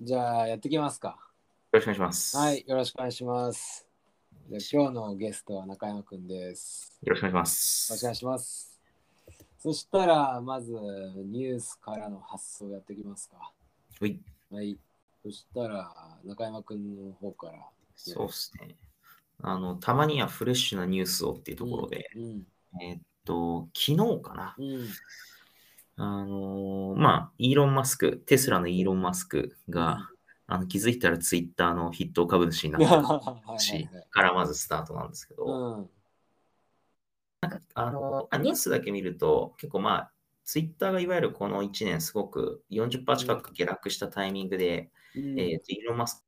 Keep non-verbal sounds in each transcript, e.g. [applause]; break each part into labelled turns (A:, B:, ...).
A: じゃあやっていきますか。
B: ろしくお願いします。
A: はい
B: よ、
A: よろしくお願いします。じゃあ今日のゲストは中山くんです。
B: ろしくお願いしま
A: よろし
B: す。
A: くお願いします。そしたら、まずニュースからの発想やっていきますか。
B: はい。
A: はい。そしたら、中山くんの方から。
B: そうですね。あの、たまにはフレッシュなニュースをっていうところで、
A: うん。
B: えーっと、昨日かな。 [laughs]
A: うん。
B: あのーまあ、イーロン・マスク、テスラのイーロン・マスクが、あの気づいたらツイッターの筆頭株主にな
A: うん。
B: ってる
A: はいはい
B: 話
A: はい。
B: からまずスタートなんですけど、
A: うん。
B: あのまあニュースだけ見ると、結構まあ、ツイッターがいわゆるこの1年すごく40%近く下落したタイミングで、
A: うん。
B: えーっとイーロン・マスク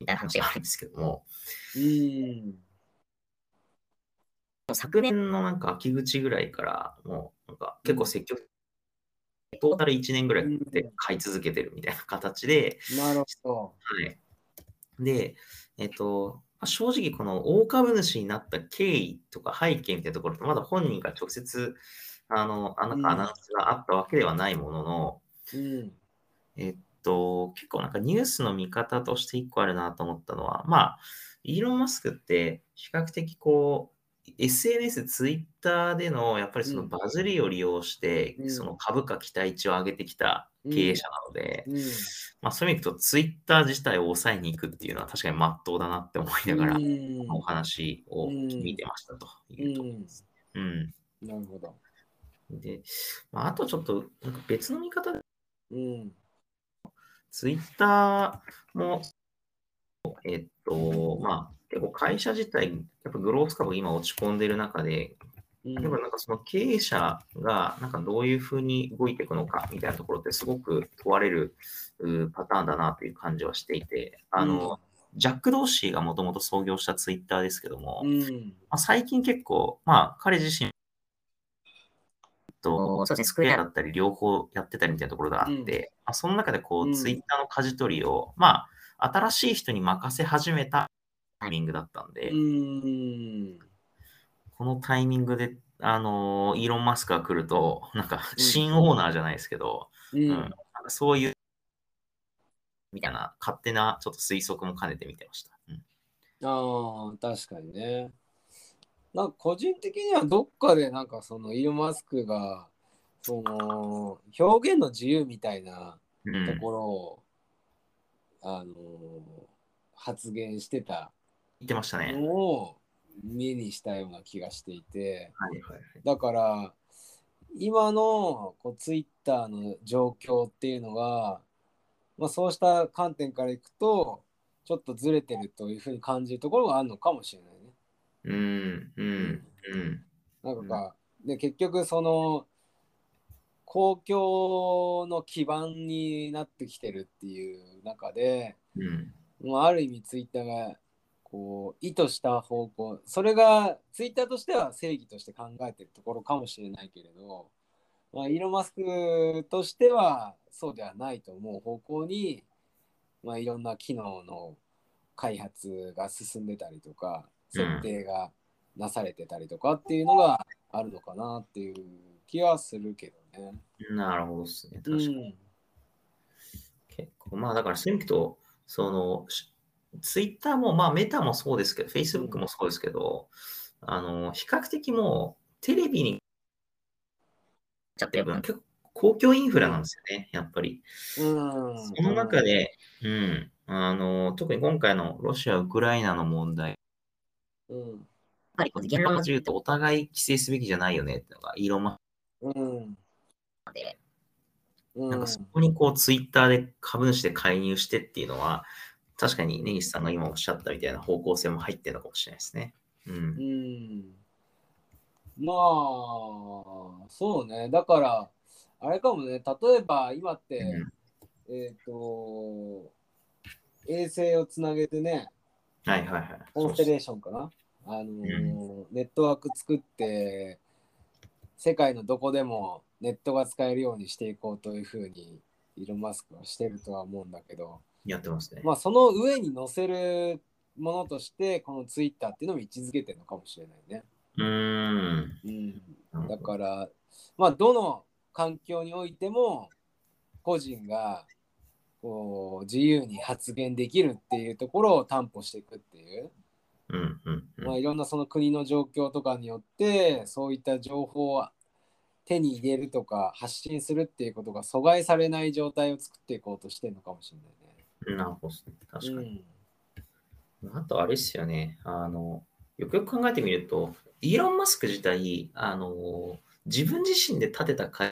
B: みたいな話があるんですけども、
A: うん。
B: 昨年のなんか秋口ぐらいから、もうなんか結構積極的に、トータル1年ぐらいで買い続けてるみたいな形で、
A: なるほ
B: はい。で、えっと、まあ正直この大株主になった経緯とか背景みたいなところってまだ本人が直接あのあなんかアナウンスがあったわけではないものの、
A: ど。うん。
B: えっと、結構なんかニュースの見方として一個あるなと思ったのは、まあ、イーロン・マスクって比較的こう、SNS、ツイッターでのやっぱりその
A: うん
B: バズりを利用して、
A: うん
B: その株価期待値を上げてきた経営者なので、
A: うん。
B: まあ、そういう意味で言うと、ツイッター自体を抑えに行くっていうのは確かに真っ当だなって思いながら、
A: うん
B: お話を見てましたというところです。うん
A: なるほど。
B: で、まあ、あとちょっとなんか別の見方で
A: うん。
B: ツイッターも、えっと、まあ、結構会社自体、やっぱグロース株今落ち込んでる中で、
A: うん
B: 例えばなんかその経営者がなんかどういうふうに動いていくのかみたいなところってすごく問われるうーパターンだなという感じはしていて、あの、ジャック・ドーシーがもともと創業したツイッターですけども、
A: うん。
B: まあ、最近結構、まあ、彼自身と、そうですね、スクエアだったり、両方やってたりみたいなところがあって、
A: うん
B: まあ、その中でこ
A: う
B: う、
A: ん
B: ツイッターの舵取りを、まあ、新しい人に任せ始めたタイミングだったんで、
A: うん。
B: このタイミングで、あのーイーロン・マスクが来ると、なん
A: う
B: か、
A: ん
B: 新オーナーじゃないですけど、
A: う
B: うん
A: ん。
B: なんかそういう、みたいな、勝手なちょっと推測も兼ねて見てました。うん
A: ああ、確かにね。なんか個人的にはどっかでなんかそのイーロン・マスクがその表現の自由みたいな
B: うん
A: ところを、あの発言してた
B: 言ってましたね。
A: のを目にしたような気がしていて
B: はいはいはい。
A: だから今のこうツイッターの状況っていうのが、まあ、そうした観点からいくとちょっとずれてるというふうに感じるところがあるのかもしれないね。
B: うん、うん、うん。
A: なんか、で結局その公共の基盤になってきてるっていう中で、
B: うん
A: まあ、ある意味ツイッターがこう意図した方向それがツイッターとしては正義として考えてるところかもしれないけれど、まあ、イーロン・マスクとしてはそうではないと思う方向に、まあ、いろんな機能の開発が進んでたりとか
B: うん
A: 設定がなされてたりとかっていうのがあるのかなっていう気はするけどね。
B: なるほどですね。
A: う
B: 確かに。
A: ん
B: 結構、まあだからそういう意味と、その、ツイッターも、まあメタもそうですけど、Facebook もそうですけど、あの、比較的もうテレビに、ちゃってる分、結構公共インフラなんですよね、やっぱり。
A: うん、
B: その中で、うん、あの、特に今回のロシア、ウクライナの問題、やっ
A: うん、
B: ぱりこう言論の自由ってお互い規制すべきじゃないよねっていうのが、イーロン・マス
A: うん、
B: クで、
A: うん、
B: なんかそこにこうツイッターで株主で介入してっていうのは、確かに根岸さんが今おっしゃったみたいな方向性も入ってるのかもしれないですね。う。
A: うんん。まあ、そうね。だから、あれかもね、例えば今って、
B: うん
A: えっ、と、衛星をつなげてね、
B: はいはいはい。
A: コンステレーションかな。あのーネットワーク作って、世界のどこでもネットが使えるようにしていこうというふうに、イーロン・マスクはしてるとは思うんだけど、
B: やってますね。
A: まあ、その上に載せるものとして、このツイッターっていうのも位置づけてるのかもしれないね。
B: うーん。
A: うん、
B: なるほ
A: だ
B: ど
A: から、まあ、どの環境においても、個人がこう自由に発言できるっていうところを担保していくっていう、
B: うんうんうん
A: まあ、いろんなその国の状況とかによってそういった情報を手に入れるとか発信するっていうことが阻害されない状態を作っていこうとしてるのかもしれないね。
B: なるほどですね。確かに。
A: に。
B: あとあれですよね。あの、よくよく考えてみると、イーロン・マスク自体、あの、自分自身で建てた会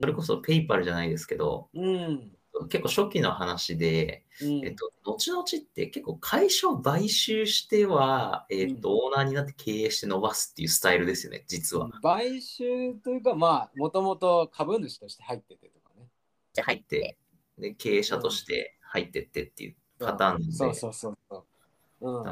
B: それこそペイパルじゃないですけど、
A: うん。
B: 結構初期の話で、
A: うん。
B: えっと、後々って結構会社を買収しては、えっと、オーナーになって経営して伸ばすっていうスタイルですよね、実は。
A: 買収というかまあもともと株主として入っててとかね。
B: 入って、で経営者として入ってってっていうパターンで、
A: そうそうそうそう。うん。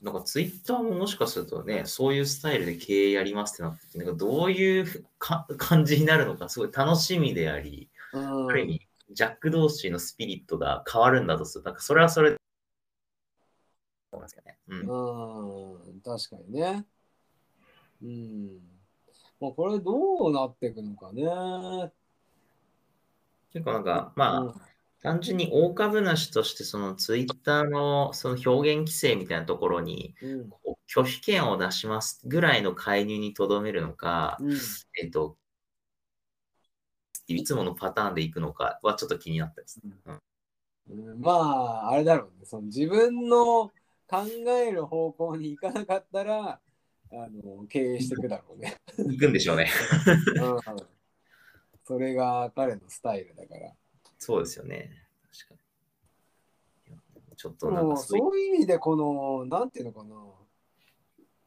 B: なんかツイッターももしかするとね、そういうスタイルで経営やりますってなって、なんかどういうか感じになるのか、すごい楽しみであり、
A: うん
B: ある意味、ジャック同士のスピリットが変わるんだとすると、なんかそれはそれで、そうなんですよね。うん。
A: うん、確かにね。うん。もうこれどうなっていくのかね。
B: 結構なんか、まあ、
A: うん
B: 単純に大株主として、そのツイッターのその表現規制みたいなところに、
A: うん
B: こう拒否権を出しますぐらいの介入にとどめるのか、
A: うん
B: えっと、いつものパターンでいくのかはちょっと気になったです。
A: うんまあ、あれだろうね。その自分の考える方向に行かなかったら、あの経営していくだろうね。
B: 行くんでしょうね。
A: うん、それが彼のスタイルだから。
B: そうですよね。確かにいや。ちょっとなん
A: も
B: か
A: う
B: そういう
A: そういう意味でこのなんていうのかな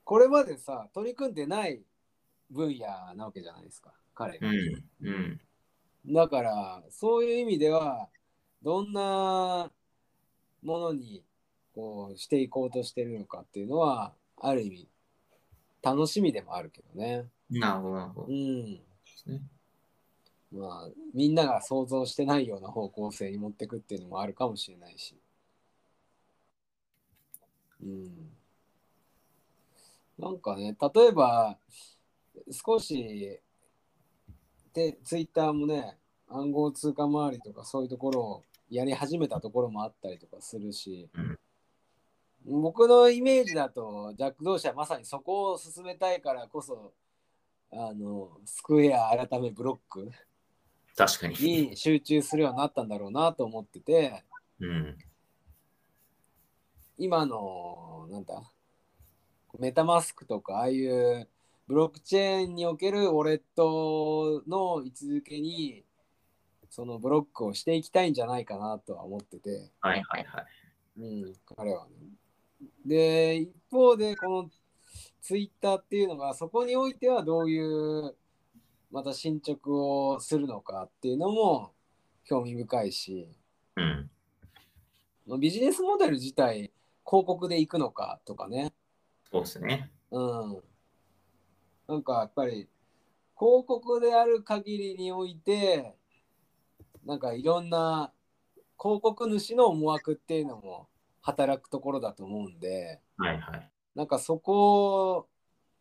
A: これまでさ取り組んでない分野なわけじゃないですか彼が、
B: うん、うん。
A: だからそういう意味ではどんなものにこうしていこうとしてるのかっていうのはある意味楽しみでもあるけどね
B: なるほど、なるほど
A: う
B: で
A: ん
B: すね。
A: まあみんなが想像してないような方向性に持ってくっていうのもあるかもしれないし。うん。なんかね、例えば、少し、で、ツイッターもね、暗号通貨周りとかそういうところをやり始めたところもあったりとかするし、僕のイメージだと、ジャック同士はまさにそこを進めたいからこそ、あの、スクエア改めブロック
B: 確かに。
A: に集中するようになったんだろうなと思ってて
B: うん。
A: 今のなんだメタマスクとかああいうブロックチェーンにおけるウォレットの位置づけにそのブロックをしていきたいんじゃないかなとは思ってて、
B: はいはいはい。
A: うん、彼はね。で一方でこのツイッターっていうのがそこにおいてはどういうまた進捗をするのかっていうのも興味深いし。
B: うん。
A: まあビジネスモデル自体広告で行くのかとかね、
B: そうですね。
A: うん、なんかやっぱり広告である限りにおいてなんかいろんな広告主の思惑っていうのも働くところだと思うんで
B: はいはい。
A: なんかそこを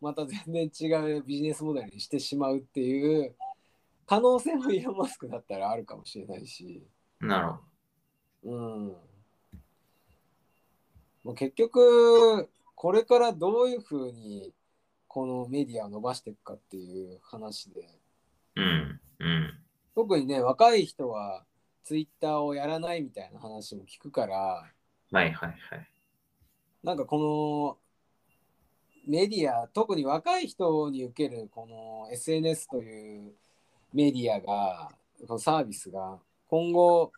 A: また全然違うビジネスモデルにしてしまうっていう可能性もイーロン・マスクだったらあるかもしれないし。
B: なるほど。
A: うんもう結局これからどういうふうにこのメディアを伸ばしていくかっていう話で
B: うん。うん。
A: 特にね若い人はツイッターをやらないみたいな話も聞くから
B: はいはいはい。
A: なんかこのメディア特に若い人に受けるこの SNS というメディアがこのサービスが今後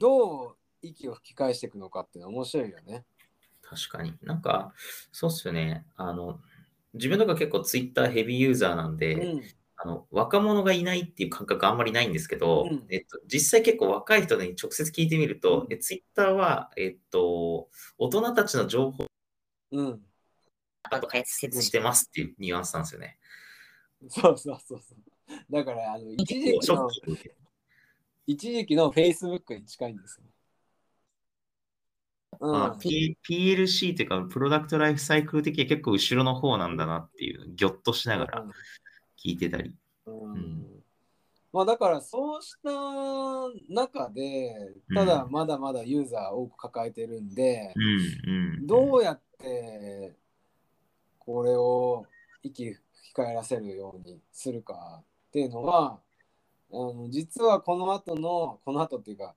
A: どう息を吹き返していくのかっていうのは面白いよね。
B: 確かに。なんか、そうっすよね。あの、自分とか結構ツイッターヘビーユーザーなんで、
A: うん
B: あの若者がいないっていう感覚あんまりないんですけど、
A: うん
B: えっと、実際結構若い人に直接聞いてみると、
A: うん
B: えツイッターは、えっと、大人たちの情報
A: うん。
B: を解説してますっていうニュアンスなんですよね。
A: そうそうそうそう。だから、あの一時期
B: ショッ
A: の、
B: キング
A: 一時期の Facebook に近いんですよ。うん。
B: まあ P- PLC というか、プロダクトライフサイクル的には結構後ろの方なんだなっていう、ぎょっとしながら聞いてたり。
A: うん
B: ん
A: まあだからそうした中で、ただまだまだユーザー多く抱えてるんで、
B: うんうん、
A: どうやってこれを息吹き返らせるようにするかっていうのは、あの実はこの後の、この後っていうか、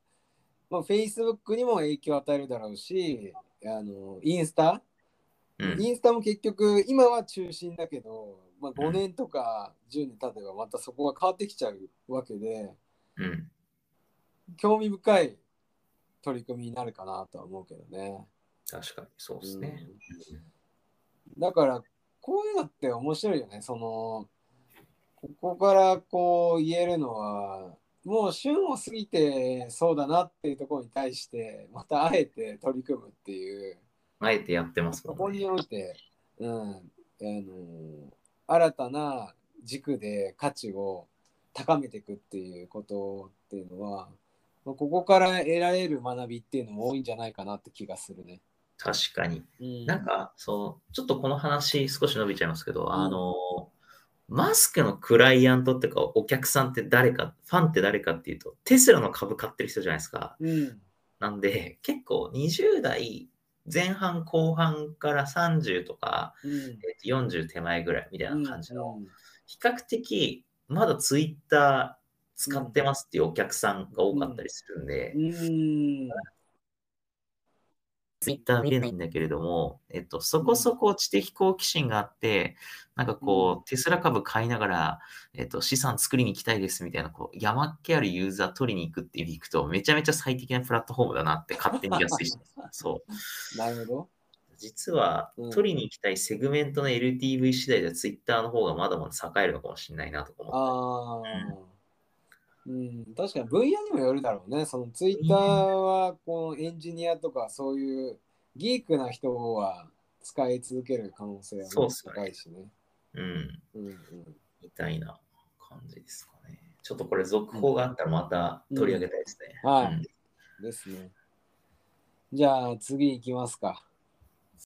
A: まあ、Facebook にも影響を与えるだろうし、あのインスタ、
B: うん
A: インスタも結局今は中心だけど、まあ、5年とか10年経てばまたそこが変わってきちゃうわけで
B: うん
A: 興味深い取り組みになるかなとは思うけどね。
B: 確かにそうですね。
A: うんだからこういうのって面白いよね。そのここからこう言えるのはもう旬を過ぎてそうだなっていうところに対してまたあえて取り組むっていう。
B: あえてやってます
A: そ
B: も
A: こ
B: んね。
A: において、うんあの新たな軸で価値を高めていくっていうことっていうのは、まあここから得られる学びっていうのも多いんじゃないかなって気がするね。
B: 確かに。
A: うん
B: なんか、そう、ちょっとこの話少し伸びちゃいますけど、あの、マスクのクライアントっていうか、お客さんって誰か、ファンって誰かっていうと、テスラの株買ってる人じゃないですか。
A: うん、
B: なんで、結構20代前半後半から30とか、
A: うん、
B: えっと40手前ぐらいみたいな感じの、
A: うん
B: 比較的まだツイッター使ってますっていうお客さんが多かったりするんで
A: う、ん、
B: ツイッター見れないんだけれども、えっと、そこそこ知的好奇心があって、なんか
A: う
B: こう、テスラ株買いながら、えっと、資産作りに行きたいですみたいな、こう、山っ気あるユーザー取りに行くっていう意味でいくと、めちゃめちゃ最適なプラットフォームだなって勝手に安
A: [laughs]
B: いします。そう。
A: なるほ
B: 実は
A: うん
B: 取りに行きたいセグメントの LTV 次第では Twitter の方がまだまだ栄えるのかもしれないなとか
A: ど。
B: 思っ
A: ああ。うん、確かに分野にもよるだろうね。そのツイッターはこのエンジニアとかそういうギークな人は使い続ける可能性はね
B: そうっすね
A: 高いしね。
B: て、うん、
A: うんうん、
B: みたいな感じですかね。ちょっとこれ続報があったらまた取り上げたいですね。
A: うんはい
B: うん
A: ですね。じゃあ次行きますか。